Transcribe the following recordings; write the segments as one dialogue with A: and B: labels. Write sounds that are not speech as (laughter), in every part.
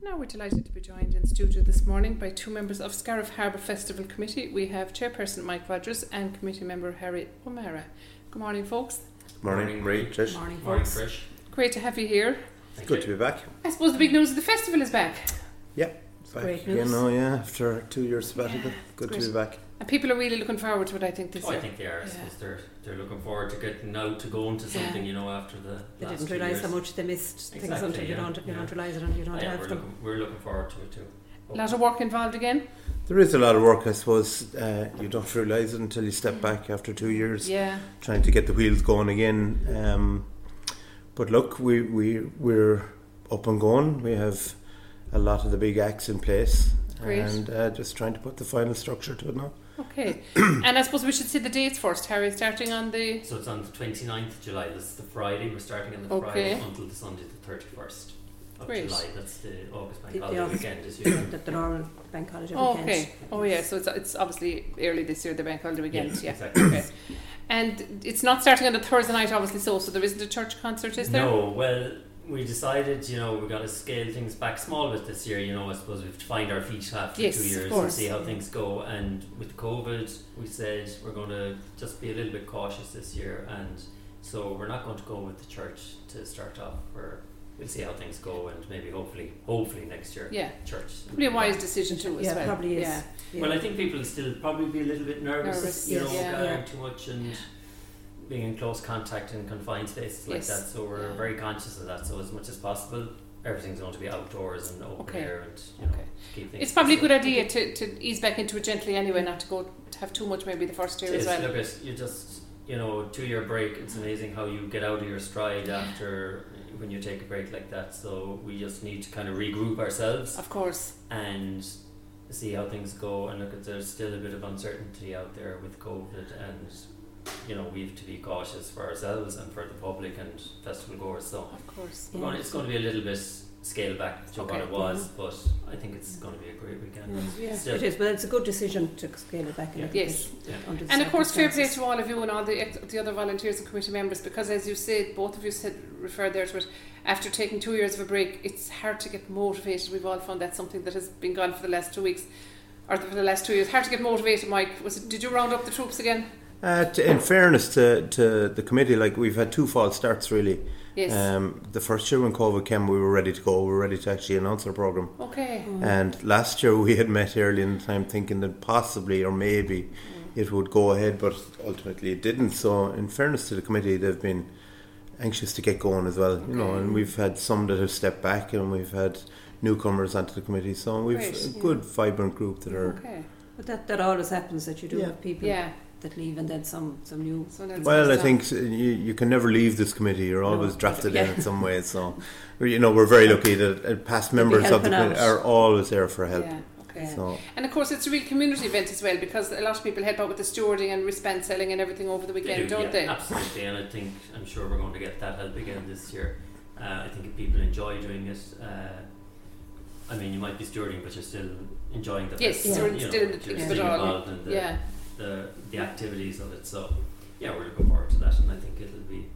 A: Now we're delighted to be joined in studio this morning by two members of Scariff Harbour Festival Committee. We have Chairperson Mike Rogers and Committee Member Harry O'Mara. Good morning, folks.
B: Morning, Marie, Trish.
A: morning,
C: Morning,
A: folks.
C: Trish.
A: Great to have you here.
C: Thank
B: Good
C: you.
B: to be back.
A: I suppose the big news of the festival is back,
B: Back,
A: great
B: you
A: news.
B: know, yeah, after two years sabbatical,
A: Yeah,
B: good
A: great.
B: to be back.
A: and people are really looking forward to it. I think this
C: Oh, I
A: year.
C: think they are. I
A: Yeah.
C: suppose they're they're looking forward to getting out to go into
A: Yeah.
C: something, you know, after the
D: They
C: last
D: didn't
C: two
D: realise how
C: years.
D: much they missed things
C: Exactly,
D: until you
C: yeah,
D: don't you
C: yeah.
D: don't realise it until you don't
C: yeah, we're
D: have them.
C: looking, we're looking forward to it too.
A: A lot of work involved again.
B: There is a lot of work, I suppose. Uh, you don't realise it until you step back after two years,
A: Mm. Yeah,
B: trying to get the wheels going again. Um, but look, we, we, we're up and going. We have a lot of the big acts in place.
A: Great.
B: And uh, just trying to put the final structure to it now.
C: (clears throat)
A: okay. and I suppose we should see the dates first. Harry, starting on the
C: So it's on the 29th of July. This is the Friday. We're starting on the
A: Okay.
C: Friday until the Sunday, the 31st of
A: Great.
C: July. That's the August Bank
D: The- the
C: Holiday
D: August-
C: weekend, is usual.
D: The, the normal bank holiday
A: oh,
D: weekend.
A: okay. Oh yeah, so it's it's obviously early this year, the bank holiday weekend. Yeah.
C: exactly.
A: Okay. And it's not starting on the Thursday night, obviously. So, so there isn't a church concert, is there?
C: No, well, we decided, you know, we're going to scale things back small bit this year. You know, I suppose we have to find our feet after
A: Yes,
C: two
A: of
C: years and
A: course.
C: see how things go. And with COVID, we said we're going to just be a little bit cautious this year. And so we're not going to go with the church to start off. We're, we'll see how things go and maybe hopefully, hopefully next year,
A: Yeah.
C: church.
A: Probably a wise decision too, as
D: Yeah,
A: well.
D: probably is.
A: Yeah.
D: Yeah.
C: Well, I think people will still probably be a little bit nervous,
A: Nervous,
C: you
D: yes,
C: know,
A: yeah.
C: gathering
D: Yeah.
C: too much and being in close contact in confined spaces like
A: Yes.
C: that. So we're
A: Yeah.
C: very conscious of that. So as much as possible, everything's going to be outdoors and open
A: Okay.
C: air and you know
A: Okay.
C: keep things.
A: It's probably a good idea to, to ease back into it gently anyway, not to go to have too much maybe the first year as
C: Yes,
A: well.
C: Look, it's- you just you know two year break. It's amazing how you get out of your stride after when you take a break like that. So we just need to kind of regroup ourselves
A: Of course.
C: and see how things go and look at there's still a bit of uncertainty out there with COVID and you know we have to be cautious for ourselves and for the public and festival goers so
A: Of course.
C: we're going, it's going to be a little bit scaled back to what
A: Okay.
C: it was but I think it's going to be a great weekend
D: Yeah.
C: Still-
D: It is, but it's a good decision to scale it back a
C: Yeah.
D: little
A: Yes.
D: bit.
C: Yeah.
D: under the
A: And of course, fair play
D: circumstances.
A: to all of you and all the ex- the other volunteers and committee members, because as you said, both of you said referred there to it. After taking two years of a break, it's hard to get motivated. We've all found that's something that has been gone for the last two weeks, or for the last two years. Hard to get motivated. Mike, was it, did you round up the troops again?
B: Uh, to, in fairness to, to the committee, like we've had two false starts really.
A: Yes.
B: Um, the first year when COVID came, we were ready to go. We were ready to actually announce our program.
A: okay.
B: And last year we had met early in the time thinking that possibly or maybe
A: Mm-hmm.
B: it would go ahead, but ultimately it didn't. So, in fairness to the committee, they've been anxious to get going as well, you know.
A: Okay.
B: And we've had some that have stepped back, and we've had newcomers onto the committee. So we've
A: Great,
B: a good, vibrant group that are.
A: Okay.
D: But that, that always happens that you do
B: Yeah.
D: have people
A: Yeah.
D: that leave and then some some new.
A: So that's
B: Well,
A: good
B: I
A: stuff.
B: think s- you, you can never leave this committee. You're always
D: No.
B: drafted in
A: Yeah.
B: in some way.
D: (laughs)
B: So, you know, we're very lucky that uh, past members of the
D: helping
B: committee
D: out.
B: are always there for help.
A: Yeah. Okay.
D: Yeah.
B: So,
A: And of course, it's a real community event as well because a lot of people help out with the stewarding and wristband selling and everything over the
C: They
A: weekend,
C: do,
A: not
C: yeah,
A: they?
C: Absolutely, and I think I'm sure we're going to get that help again this year. Uh, I think if people enjoy doing it, uh, I mean, you might be stewarding, but you're still enjoying the
A: Yes,
C: festival,
A: you're
C: you know,
A: still in the
C: you're
A: thick
D: of
C: still
D: it
A: all.
C: involved in the,
A: Yeah.
C: the the activities of it. So yeah, we're looking forward to that, and I think it'll be.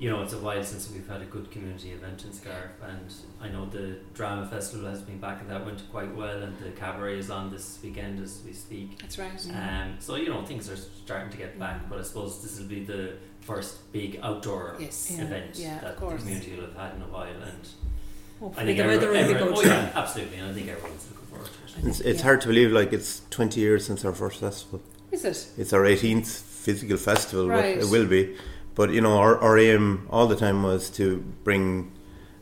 C: You know, it's a while since we've had a good community event in Scarf, and I know the drama festival has been back, and that went quite well, and the cabaret is on this weekend as we speak.
A: That's right.
C: Um, so you know things are starting to get back, but I suppose this will be the first big outdoor
A: Yes.
D: Yeah.
C: event
A: Yeah, of
C: that the
A: course.
C: community will have had in a while, and I
D: Hopefully
C: think
D: the weather will be
C: everyone-
D: good.
C: oh yeah, absolutely, and I think everyone's looking forward to it.
B: It's, it's
D: Yeah.
B: hard to believe, like, it's 20 years since our first festival.
A: Is it?
B: It's our 18th physical festival, what
A: Right.
B: it will be. But, you know, our, our aim all the time was to bring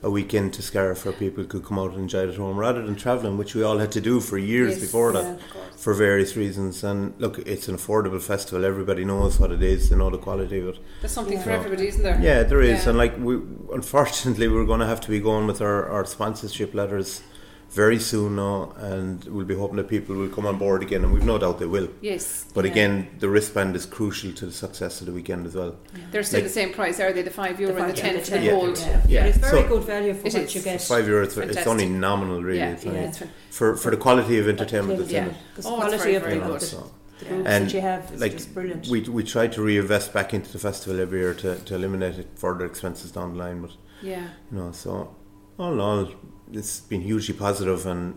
B: a weekend to Scarif where people could come out and enjoy it at home rather than travelling, which we all had to do for years
A: Yes,
B: before that
D: yeah.
A: Of course.
B: for various reasons. And look, it's an affordable festival. Everybody knows what it is, they know the quality of it.
A: There's something for
B: Yeah.
A: everybody, isn't there?
B: Yeah, there is,
A: Yeah.
B: and like we, unfortunately, (laughs) we're going to have to be going with our, our sponsorship letters very soon now, and we'll be hoping that people will come on board again, and we've no doubt they will.
A: Yes.
B: But
D: Yeah.
B: again, the wristband is crucial to the success of the weekend as well.
A: They're still
B: Like-
A: the same price, are they? The five euro and the
D: five-
A: ten
D: yeah,
A: for the
B: yeah.
A: gold.
D: Yeah.
B: Yeah.
D: But it's very
B: So-
D: good value for
A: It
D: what
A: is.
D: you get.
B: Five euros, it's
A: Fantastic.
B: only nominal, really, it's
A: yeah.
B: not-
D: yeah.
A: It's fan-
B: for for the quality of entertainment that's in
A: Yeah.
B: it.
D: Because
A: Oh, it's
D: quality
A: very,
D: of
A: very
D: the,
A: good.
D: the,
B: So
D: the
A: Yeah.
D: groups
B: And
D: that you have is
B: like,
D: just brilliant.
B: we we try to reinvest back into the festival every year to, to eliminate it further expenses down the line, but
A: Yeah.
B: you know, so All in all, it's been hugely positive and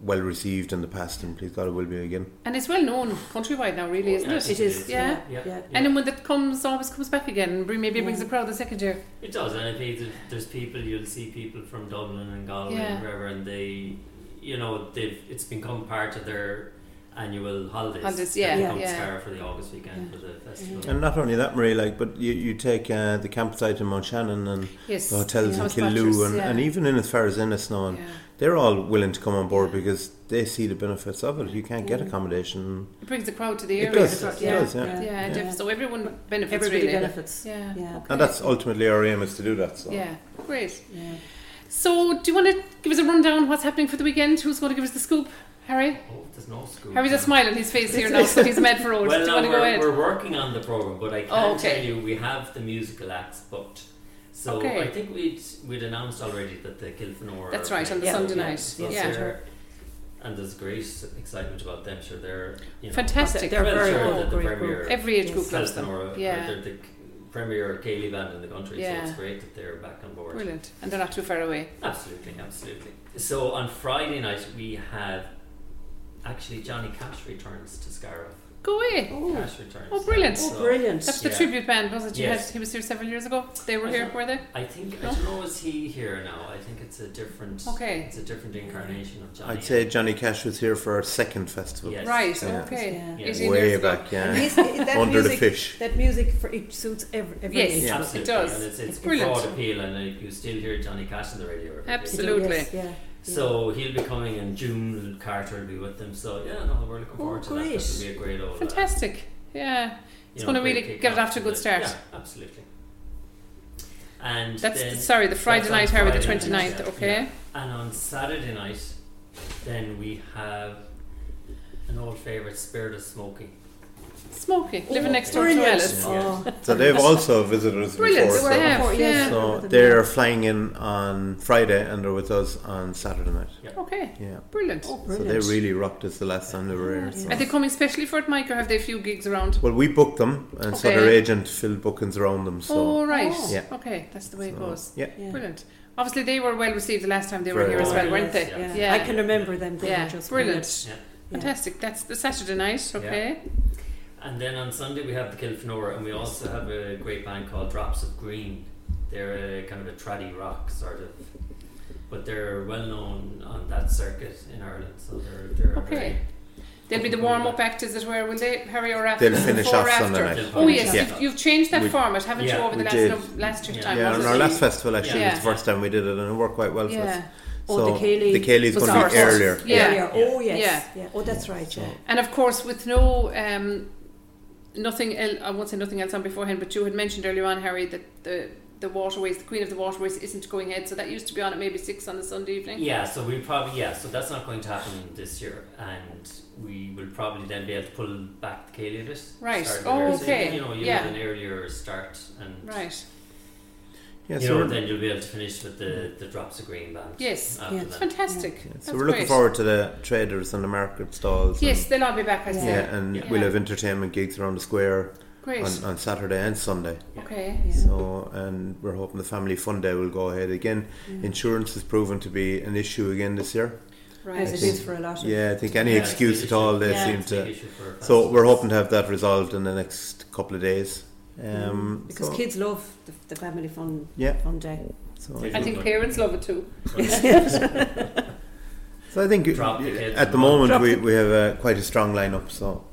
B: well received in the past, and please God it will be again.
A: And it's well known countrywide now, really, isn't
C: Yeah,
A: it?
D: It is,
A: yeah.
C: Yeah.
D: Yeah.
A: And then when that comes, always comes back again, and bring- maybe it brings
D: Yeah.
A: a crowd the second year.
C: It does, and I think that there's people you'll see people from Dublin and Galway
A: Yeah.
C: and wherever, and they, you know, they've it's become part of their annual holidays.
A: Holidays,
C: They
A: yeah,
C: become
A: yeah. Mm-hmm.
C: Scarra for the August weekend for the festival.
B: And not only that, Marie, like, but you, you take uh, the campsite in Mount Shannon and
A: Yes.
B: the hotels
A: yeah.
B: in
A: House
B: Killaloe,
A: Butchers,
B: and,
A: yeah.
B: and even in as far as Ennis now, and
A: Yeah.
B: they're all willing to come on board because they see the benefits of it. You can't get accommodation.
A: It brings the crowd to the area.
B: It does,
A: does
B: it
A: it? Yeah.
B: does, yeah.
A: Yeah,
D: Yeah.
A: diff- so everyone benefits
D: Everybody
A: really.
D: benefits.
A: Yeah.
D: Yeah.
A: Okay.
B: And that's ultimately our aim is to do that. So.
A: yeah, great.
D: Yeah.
A: So, do you want to give us a rundown? What's happening for the weekend? Who's going to give us the scoop? Harry.
C: Oh, there's no school.
A: Harry's a
C: now.
A: smile on his face here
D: (laughs)
A: now, so he's mad for old.
C: Well,
A: do you
C: no,
A: want to go
C: we're,
A: ahead?
C: we're working on the program, but I can
A: Oh, okay.
C: tell you we have the musical acts booked. So
A: Okay.
C: I think we'd we'd announced already that the Kilfenor.
A: That's right, on the
D: Yeah.
A: Sunday
D: Yeah.
A: night.
C: So
A: yeah.
C: they're- And there's great excitement about them. Sure, they're you know,
A: Fantastic.
D: They're
C: Well,
D: very
C: sure,
D: cool
C: the- the
D: great
C: premier-
D: group.
A: Every age
D: Yes.
A: group loves them.
C: Kilfenor,
A: Yeah.
C: they're the premier Gailey band in the country,
A: Yeah.
C: so it's great that they're back on board.
A: Brilliant. And they're not too far away.
C: Absolutely, absolutely. So on Friday night we have actually Johnny Cash returns to Scarrow.
A: Go away.
D: Oh,
C: Cash returns.
A: Oh, brilliant.
C: So-
D: oh brilliant.
A: That's the
C: Yeah.
A: tribute band, wasn't it? You
C: Yes.
A: had, he was here several years ago. They were
C: I
A: here,
C: don't-
A: were they?
C: I think
A: No?
C: I don't know. Is he here now? I think it's a different.
A: Okay.
C: It's a different incarnation of Johnny.
B: I'd say Johnny Cash was here for our second festival.
C: Yes.
A: Right,
B: Yeah.
A: okay.
D: Yeah.
C: Yeah.
A: 18
B: Way
A: years ago.
B: back, yeah.
D: And his- that
B: Under the
D: music,
B: fish.
D: That music for it suits every, every
A: Yes.
D: age
C: It's
B: Yeah.
D: group.
C: absolutely,
A: It does.
C: And it's,
A: It's
C: it's
A: brilliant.
C: broad appeal, and like, you still hear Johnny Cash on the radio. every day.
A: Absolutely.
D: Yes, yeah.
C: So he'll be coming in June. Carter will be with them. So yeah, no, we're looking
D: Oh,
C: forward to
D: great.
C: that. That'll be a great old. uh,
A: Fantastic. Yeah.
C: you
A: It's
C: know,
A: gonna
C: great
A: really
C: kick
A: get it
C: off
A: off to a good
C: the-
A: start.
C: Yeah, absolutely. And
A: That's
C: then,
A: sorry, the Friday
C: that's on
A: night, Harry, the
C: Friday
A: 29th,
C: night, yeah,
A: okay?
C: And on Saturday night, then we have an old favourite, Spirit of Smoking.
A: Smoky, living
D: Oh,
A: next door to
D: brilliant.
A: Alice.
D: Oh,
B: So
A: (laughs)
B: they've also visited us
A: Brilliant,
B: before.
A: they were
B: so-
A: here.
D: before,
A: yeah.
D: yeah.
B: So they're flying in on Friday and they're with us on Saturday night.
A: Okay,
B: Yeah.
A: brilliant. Oh,
D: Oh,
B: So
D: brilliant.
B: they really rocked us the last time they were here.
D: Yeah.
B: so-
A: Are they coming specially for it, Mike, or have they a few gigs around?
B: Well, we booked them, and so
A: Okay.
B: their agent filled bookings around them. So
A: oh, right.
D: Oh.
B: Yeah.
A: Okay, that's the way it
B: so,
A: goes.
B: Yeah.
D: Yeah.
A: Brilliant. Obviously, they were well received the last time they were
B: Very
A: here as
B: well.
A: well, weren't they?
C: yes,
D: Yeah.
A: Yeah.
D: I can remember them. They
A: Yeah,
D: were just
A: brilliant.
C: Yeah.
D: Yeah.
A: Fantastic. That's the Saturday night, okay?
C: And then on Sunday we have the Kilfenora, and we also have a great band called Drops of Green. They're a, kind of a traddy rock sort of, but they're well known on that circuit in Ireland. So they're they're a
A: Okay. They'll be the
C: Hopefully
A: warm
C: not.
A: up act, as it were, will they, Harry, or after?
B: They'll finish
A: before or
B: off
A: after?
B: Sunday
C: very-
B: night.
C: they'll
A: Oh,
C: probably
A: yes,
C: check
A: you've,
C: out.
A: you've changed that
B: We-
A: format, haven't you,
C: yeah,
A: over the
B: we
A: last,
B: did.
A: no, last two
C: Yeah.
A: time?
B: Yeah,
A: was
B: on
A: it?
B: our last festival actually
A: Yeah.
B: it was the first time we did it, and it worked quite well for us.
A: Yeah.
D: Oh,
B: so
D: the Cayley
B: the Cayley's
D: was
B: going to
D: ours.
B: be earlier.
A: Yeah.
D: Earlier. Oh, yes.
A: Yeah.
D: Yeah. Oh, that's right. Yeah.
A: And of course, with no um, nothing el I won't say nothing else on beforehand, but you had mentioned earlier on, Harry, that the the waterways, the Queen of the Waterways, isn't going ahead. So that used to be on at maybe six on the Sunday evening.
C: Yeah, so we probably yeah, so that's not going to happen this year, and we will probably then be able to pull back the Cayley a bit.
A: Right.
C: start it
A: Oh,
C: earlier. So,
A: okay.
C: you know, you
A: Yeah.
C: have an earlier start, and
A: Right.
B: Yeah,
C: you
B: so
C: know,
B: we're,
C: then you'll be able to finish with the, the Drops of Green band.
A: Yes.
C: After
D: Yeah.
A: It's
C: that.
A: fantastic.
B: yeah,
A: That's
B: so we're looking
A: great.
B: forward to the traders and the market stalls.
A: Yes, they'll all be back. I
D: Yeah.
B: and,
A: see.
B: yeah, and
C: Yeah.
B: we'll have entertainment gigs around the square
A: Great.
B: on, on Saturday and Sunday.
A: okay.
D: Yeah.
B: So, and we're hoping the family fund day will go ahead again.
A: Mm.
B: Insurance has proven to be an issue again this year.
A: Right.
D: As
B: I
D: it
B: think-
D: is for a lot of
B: Yeah, I think any
C: Yeah, it's a
B: excuse at
C: big
B: all, they
A: Yeah.
B: seem
C: It's a
B: to.
C: big issue for a
B: So
C: festival.
B: we're hoping to have that resolved in the next couple of days.
A: Mm.
B: Um,
D: because
B: so,
D: kids love the, the family fun
B: Yeah.
D: fun day.
B: so,
C: They
A: I think parents love it too.
B: so I think
C: Drop the kids
B: at the
C: and-
B: moment
D: Drop
B: we,
D: the-
B: we have a, quite a strong lineup. So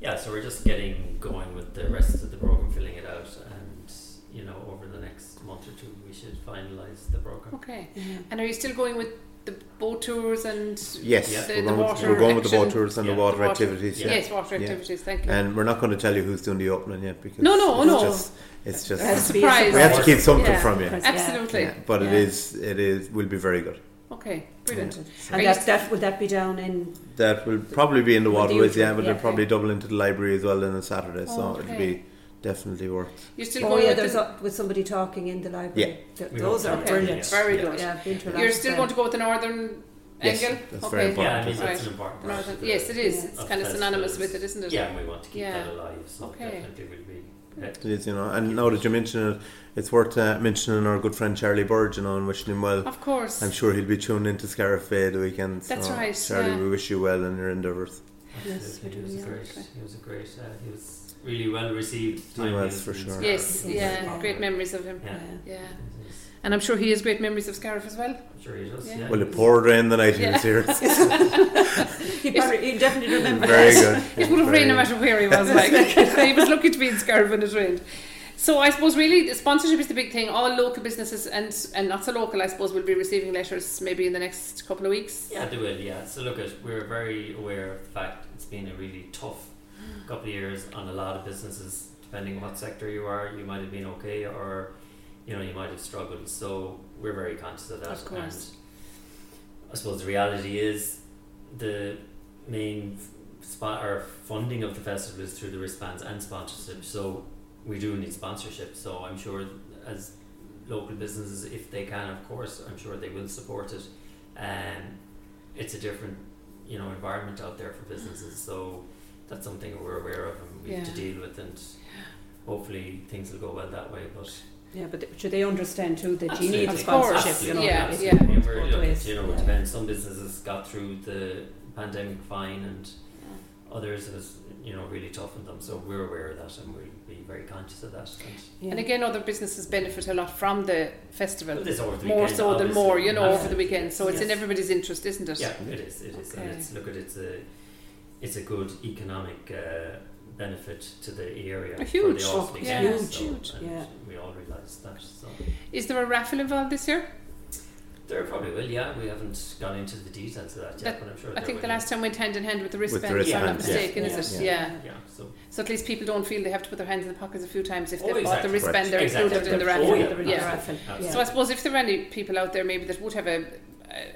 C: Yeah, so we're just getting going with the rest of the program, filling it out, and you know, over the next month or two, we should finalize the program.
A: Okay. And are you still going with the boat tours and
B: yes,
C: Yeah.
A: the, the
B: we're, going with,
A: water
B: we're going with the
A: action?
B: water tours and
C: Yeah.
B: the water
A: The water-
B: activities.
C: yeah.
A: Yes, water
B: Yeah.
A: activities. Thank you.
B: And we're not going to tell you who's doing the opening yet because
A: No, no,
B: it's
A: no.
B: just it's just
D: That's
A: a surprise.
B: we have to keep something
A: Yeah.
B: from you.
D: Surprise.
A: Absolutely.
B: Yeah, but it
D: Yeah.
B: is it is will be very good.
A: Okay. Brilliant. Are
D: And
A: you
D: that,
A: st-
D: that would that be down in
B: That will probably be in the
D: With the
B: waterways,
D: usual,
B: yeah, but
D: yeah.
B: they'll probably double into the library as well on a Saturday, so
A: Oh,
B: it'll
A: okay.
B: be definitely worth.
A: You're still
D: oh
A: going
D: yeah,
A: with
D: there's
A: the,
D: a, with somebody talking in the library. Th-
C: We
D: those
C: hope
D: are
C: so.
D: brilliant.
C: Yeah.
A: very
C: Yeah.
A: good.
D: Yeah, been to a lot
A: You're
D: of
A: still
D: them.
A: going to go with the northern
B: Yes,
A: angle?
B: that's
A: okay.
B: very
C: Yeah, I
B: important.
C: mean that's
A: Right.
C: an important part.
A: Northern.
C: of the-
A: Yes, it is.
D: Yeah.
A: It's kind of
C: Of
A: synonymous
C: festivals.
A: with it, isn't it?
C: Yeah, and we want to keep
A: Yeah.
C: that alive, so
A: Okay.
C: definitely will be Okay.
B: It is, you know. And now that you mention it, it's worth uh, mentioning our good friend Charlie Burge, you know, and wishing him well.
A: Of course.
B: I'm sure he'll be tuned into Scarif Bay the weekend.
A: That's
B: so,
A: right,
B: Charlie,
A: yeah.
B: we wish you well in your endeavours.
D: Yes, we
C: Absolutely.
D: do,
C: He was
D: yeah.
C: a great.
A: Okay.
C: He was a great. Uh, he was really well received.
B: He
C: time
B: was,
C: was
B: for
C: in
B: sure.
C: Scarf.
A: yes,
C: He was
A: yeah,
C: popular.
A: great memories of him.
C: Yeah.
A: Yeah.
C: He was-
A: And I'm sure he has great memories of Scarif as
B: (laughs)
A: well. (laughs)
C: I'm sure he does.
A: Yeah.
C: Yeah.
B: Well, it poured rain the night he was
A: (laughs)
B: here.
D: He probably,
B: (laughs)
D: he definitely remember
B: Very
D: that.
B: good.
A: It would have
B: Very
A: rained no
B: good.
A: matter where he was. Like
B: (laughs)
A: (laughs) he was lucky to be in Scarf when it rained. So I suppose really the sponsorship is the big thing. All local businesses and and not so local, I suppose, will be receiving letters maybe in the next couple of weeks.
C: Yeah, they will. Yeah. So look, at we're very aware of the fact it's been a really
A: (gasps)
C: tough couple of years on a lot of businesses. Depending what sector you are, you might have been okay, or you know you might have struggled. So we're very conscious of that.
A: Of course.
C: And I suppose the reality is the main spot or funding of the festival is through the wristbands and sponsorship. So we do need sponsorship. So I'm sure as local businesses, if they can, of course, I'm sure they will support it. Um, it's a different, you know, environment out there for businesses. So that's something we're aware of and we have to
A: Yeah.
C: deal with, and hopefully things will go well that way. But
D: Yeah, but should they understand too that you
C: Absolutely.
D: need
A: Of
D: sponsorship?
A: course,
D: You know,
A: yeah,
D: it's
A: yeah.
D: both-
C: We're
D: both
C: looking-
D: ways.
C: you know, it
D: Yeah.
C: depends. Some businesses got through the pandemic fine, and others has you know really toughened them. So we're aware of that, and we'll be very conscious of that. And,
D: Yeah.
A: And again, other businesses benefit a lot from the festival.
C: but this over the
A: more
C: weekend,
A: so than more, you know, over the
C: Absolutely.
A: weekend. So it's in
D: Yes.
A: everybody's interest, isn't it?
C: Yeah, it is. It is, and
A: Okay.
C: it's look at it's a it's a good economic uh, benefit to the area.
A: A huge,
C: for the off
D: oh,
C: weekend,
A: yeah.
C: so,
D: huge,
C: and
D: yeah.
C: We all realise that. So
A: Is there a raffle involved this year?
C: there probably will. Yeah, we haven't gone into the details of that yet,
A: That-
C: but I'm sure.
A: I
C: there
A: think
C: will,
A: the last time went hand in hand with the
B: the
A: wristband, if I'm not
B: wristbands, yeah.
A: mistaken, is it? Yeah.
D: Yeah.
C: Yeah. So
A: So at least people don't feel they have to put their hands in the pockets a few times if
C: Oh,
A: they've bought the
C: exactly.
A: wristband,
C: Right.
A: they're
C: Exactly. Oh,
A: included in the
C: They're
A: raffle.
C: included in the
A: yeah.
D: raffle.
C: Absolutely.
A: So I suppose if there are any people out there maybe that would have a,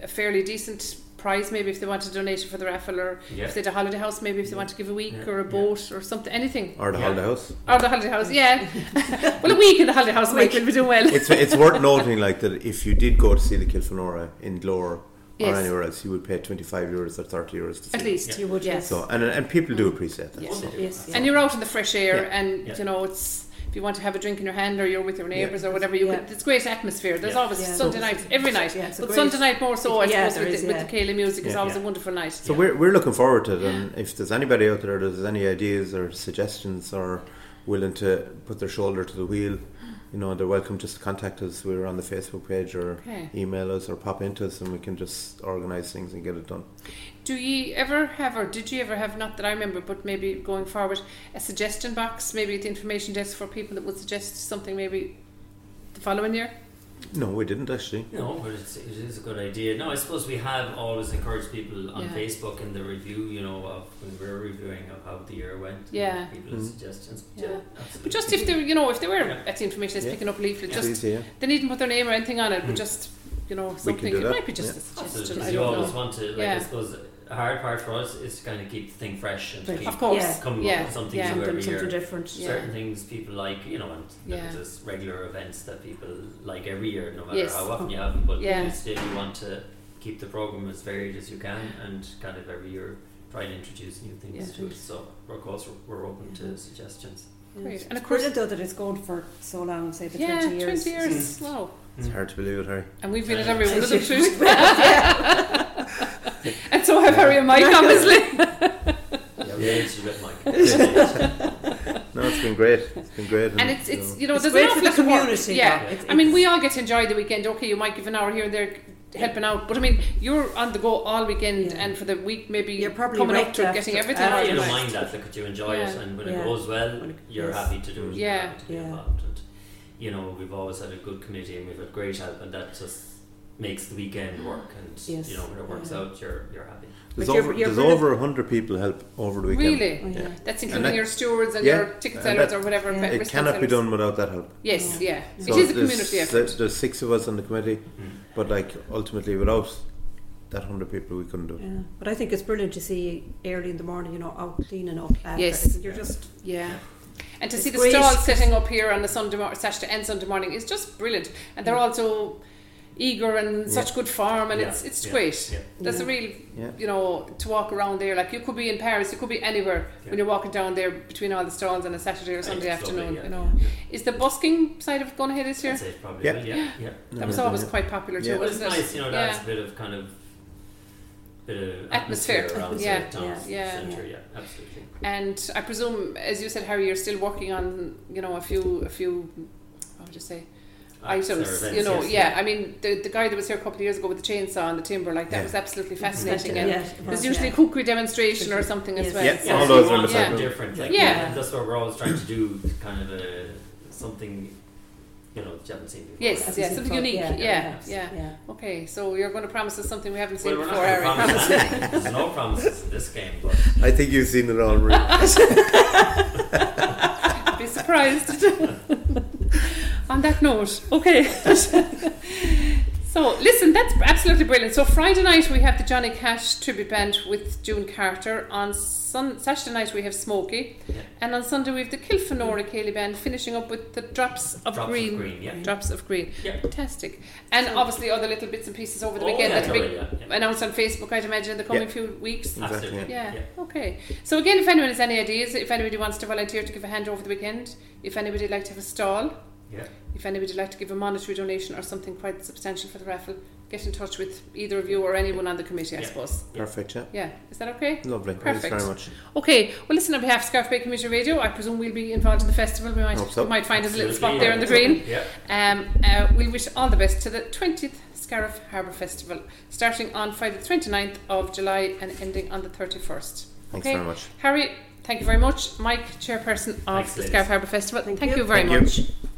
A: a fairly decent prize, maybe if they want to donate it for the raffle, or
C: yeah.
A: if they had a holiday house, maybe if they want to give a week
C: Yeah.
A: or a
C: Yeah.
A: boat or something, anything.
B: Or the
C: Yeah.
B: Holiday House.
A: Or the holiday house,
D: (laughs)
A: yeah. well, a week in the holiday house, Mike, will be doing well.
B: (laughs) It's it's worth noting like that if you did go to see the Kilfenora in Glore or
A: Yes.
B: anywhere else, you would pay 25 euros or 30 euros to see.
A: At least.
C: Yeah.
D: You would,
A: Yeah.
D: yes.
B: So and and people do appreciate that.
A: Yeah.
B: So.
D: Yes,
A: And you're out in the fresh air,
B: Yeah.
A: and
C: Yeah.
A: you know it's if you want to have a drink in your hand, or you're with your neighbours, or whatever. You
D: Yeah.
A: could, it's great atmosphere. There's
C: Yeah.
A: always
D: Yeah.
A: Sunday night every night,
D: Yeah, it's a
A: but
D: great-
A: Sunday night more so. I
D: Yeah,
A: suppose
D: there
A: with,
D: is,
A: the,
D: yeah.
A: with the Kayla music is
B: Yeah.
A: always a
C: Yeah.
A: wonderful night.
B: So we're, we're looking forward to it, and if there's anybody out there that has any ideas or suggestions or willing to put their shoulder to the wheel, you know, they're welcome just to contact us. We're on the Facebook page or
A: Okay.
B: email us or pop into us, and we can just organise things and get it done.
A: Do ye ever have, or did you ever have, not that I remember, but maybe going forward, a suggestion box, maybe at the information desk for people that would suggest something maybe the following year?
B: No, we didn't actually.
C: No, but it's, it is a good idea. No, I suppose we have always encouraged people on
A: Yeah.
C: Facebook in the review, you know, of when we're reviewing of how the year went. and
A: Yeah.
C: People
B: Mhm.
C: have suggestions.
A: Yeah.
C: absolutely.
A: But just if they, were- you know, if they were
C: Yeah.
A: at the information desk
B: Yeah.
A: picking up a leaflet,
B: It's
A: just
B: easy, yeah. Mm-hmm.
A: they needn't put their name or anything on it, but
C: Mm.
A: just you know
B: do
A: something. It
B: that,
A: might be just
B: yeah.
A: a
C: Absolutely,
A: suggestion. I
C: 'cause you
A: don't know.
C: always want to, like,
A: Yeah.
C: I suppose a hard part for us is to kind of keep the thing fresh and to
D: Fresh.
C: keep
A: Of course.
D: Yeah.
C: coming
A: Yeah.
C: up with something
A: Yeah.
C: new
D: Something,
C: every
D: something
C: year.
D: different.
A: Yeah.
C: Certain things people like, you know, and look
A: Yeah.
C: at just regular events that people like every year, no matter
A: Yes.
C: how often you have them. But
A: Yeah.
C: still, you want to keep the program as varied as you can, and kind of every year try and introduce new things
A: Yeah.
C: to it. So, of course, we're open to suggestions.
A: Great. And
D: And it's
A: of course-
D: brilliant though that it's going for so long, say the
A: Yeah,
D: 20 years. Mm.
A: years. Wow.
B: It's hard to believe it, Harry.
A: And we've been at
C: Yeah.
A: every one of them too.
D: Yeah.
A: And so have Harry and Mike, obviously.
C: Yeah, we aged a bit, Mike.
A: (laughs)
C: (laughs)
B: Yeah. No, it's been great. It's been great.
A: And it's, it's
B: so-
A: you know,
D: It's
A: there's
D: great
A: an
D: for
A: awful
D: the
A: lot of work.
D: community.
A: Yeah.
D: though. It's-
A: I mean, we all get to enjoy the weekend. Okay, you might give an hour here and there helping out, but I mean, you're on the go all weekend
D: Yeah.
A: and for the week, maybe
D: You're probably
A: coming up
D: wrecked
A: to
D: after-
A: getting everything
D: after
A: right.
C: you don't
D: Right.
C: mind that, look, you enjoy it,
A: Yeah.
C: and when
D: Yeah.
C: it goes well,
D: When it-
C: you're
D: yes.
C: happy to do it. you're
A: Yeah.
C: happy to be
D: Yeah.
C: involved. And, you know, we've always had a good committee, and we've had great help, and that just makes the weekend work. And
D: Yes.
C: you know, when it works
D: Yeah.
C: out, you're you're happy.
B: There's,
D: But you're-
B: over,
D: you're
B: there's
D: brilliant.
B: over 100 people help over the weekend.
A: Really?
D: Oh, yeah.
A: That's
B: And
A: including
B: that-
A: your stewards and
B: yeah.
A: your ticket
B: And
A: sellers
B: that-
A: or whatever.
D: Yeah.
A: pe-
B: It
A: wristband
B: cannot be
A: sellers.
B: done without that help.
A: Yes, yeah.
D: Yeah.
A: it is a
B: there's-
A: community effort.
B: There's, there's six of us on the committee,
C: Mm-hmm.
B: but like ultimately without that hundred people, we couldn't do it.
D: Yeah. But I think it's brilliant to see early in the morning, you know, out cleaning up. After.
A: Yes.
D: You're just
A: Yeah. And to
D: It's
A: see the
D: great.
A: stalls setting up here on a Sunday mor- Saturday and Sunday morning is just brilliant. And they're
D: Yeah.
A: also eager and in
B: Yeah.
A: such good form, and
C: Yeah,
A: it's it's
C: yeah,
A: great.
C: yeah.
A: That's a
D: Yeah.
A: real,
B: Yeah.
A: you know, to walk around there. Like you could be in Paris, you could be anywhere
C: Yeah.
A: when you're walking down there between all the stalls on a Saturday or Sunday
C: It's lovely,
A: afternoon.
C: yeah,
A: You know,
C: yeah.
A: is the busking side of Gunhead this year?
C: I'd say it probably
B: Yeah.
C: will, yeah, yeah.
A: That was always quite popular too,
B: Yeah.
C: But it's
A: wasn't
C: nice,
A: it?
C: you know, that's a bit of kind of bit of
A: Atmosphere.
C: atmosphere,
A: (laughs)
C: around
A: Yeah,
C: the town
A: yeah, yeah.
C: centre, yeah, absolutely.
A: And I presume, as you said, Harry, you're still working on, you know, a few, a few. What would you say?
C: Acts or
A: items,
C: events,
A: you know.
C: yes,
A: yeah, I mean, the, the guy that was here a couple of years ago with the chainsaw and the timber, like that
B: Yeah.
A: was absolutely fascinating.
D: Fascinating,
A: And
D: yeah, it
A: there's
D: was,
A: usually
D: yeah.
A: a cookery demonstration or something as
D: Yes.
A: well.
B: Yeah,
A: so-
B: all
C: so
B: those
C: we
B: are
C: want
B: the
C: something
B: same.
C: different. Like,
A: Yeah.
C: That's what we're always trying to do, kind of a something, you know, that you haven't seen before.
A: Yes, yes, something
D: Yeah,
A: unique. Yeah, yeah.
C: yeah,
D: Yeah.
A: Okay, so you're going to promise us something we haven't seen
C: Well, we're not
A: before, Harry.
C: gonna promise anything. There's no promises in this game, but
B: I think you've seen it all. Marie.
A: (laughs) Be surprised. (laughs) On that note, okay. (laughs) so listen, that's absolutely brilliant. So Friday night we have the Johnny Cash tribute band with June Carter. On sun- Saturday night we have Smokey,
C: Yeah.
A: and on Sunday we have the Kilfenora Cayley band, finishing up with the Drops of
C: drops
A: Green.
C: of green, yeah.
A: Drops of green.
C: Yeah.
A: Fantastic. And obviously other little bits and pieces over the
C: Oh,
A: weekend
C: yeah,
A: that'll be
C: totally, yeah, yeah.
A: announced on Facebook, I'd imagine, in the coming
B: Yeah.
A: few weeks.
C: Absolutely.
B: Exactly,
A: Yeah.
C: Yeah.
A: Okay. So again, if anyone has any ideas, if anybody wants to volunteer to give a hand over the weekend, if anybody would like to have a stall,
C: Yeah.
A: if anybody would like to give a monetary donation or something quite substantial for the raffle, get in touch with either of you or anyone on the committee, I
C: Yeah.
A: suppose.
B: Perfect, yeah.
A: Yeah. Is that okay?
B: Lovely.
A: Perfect.
B: Thanks very much.
A: Okay. Well, listen, on behalf of Scarf Bay Community Radio, I presume we'll be involved in the festival. We might,
B: Hope so.
A: we might find us a little spot
C: Absolutely, yeah.
A: there in the green.
C: Yeah.
A: Um, uh, we wish all the best to the 20th Scariff Harbour Festival, starting on Friday the 29th of July and ending on the 31st.
B: Thanks
A: Okay.
B: very much.
A: Harry, thank you very much. Mike, chairperson of
C: Thanks,
A: the
C: ladies.
A: Scarf Harbour Festival, thank,
D: Thank
A: you.
D: you.
A: very
B: Thank you.
A: much.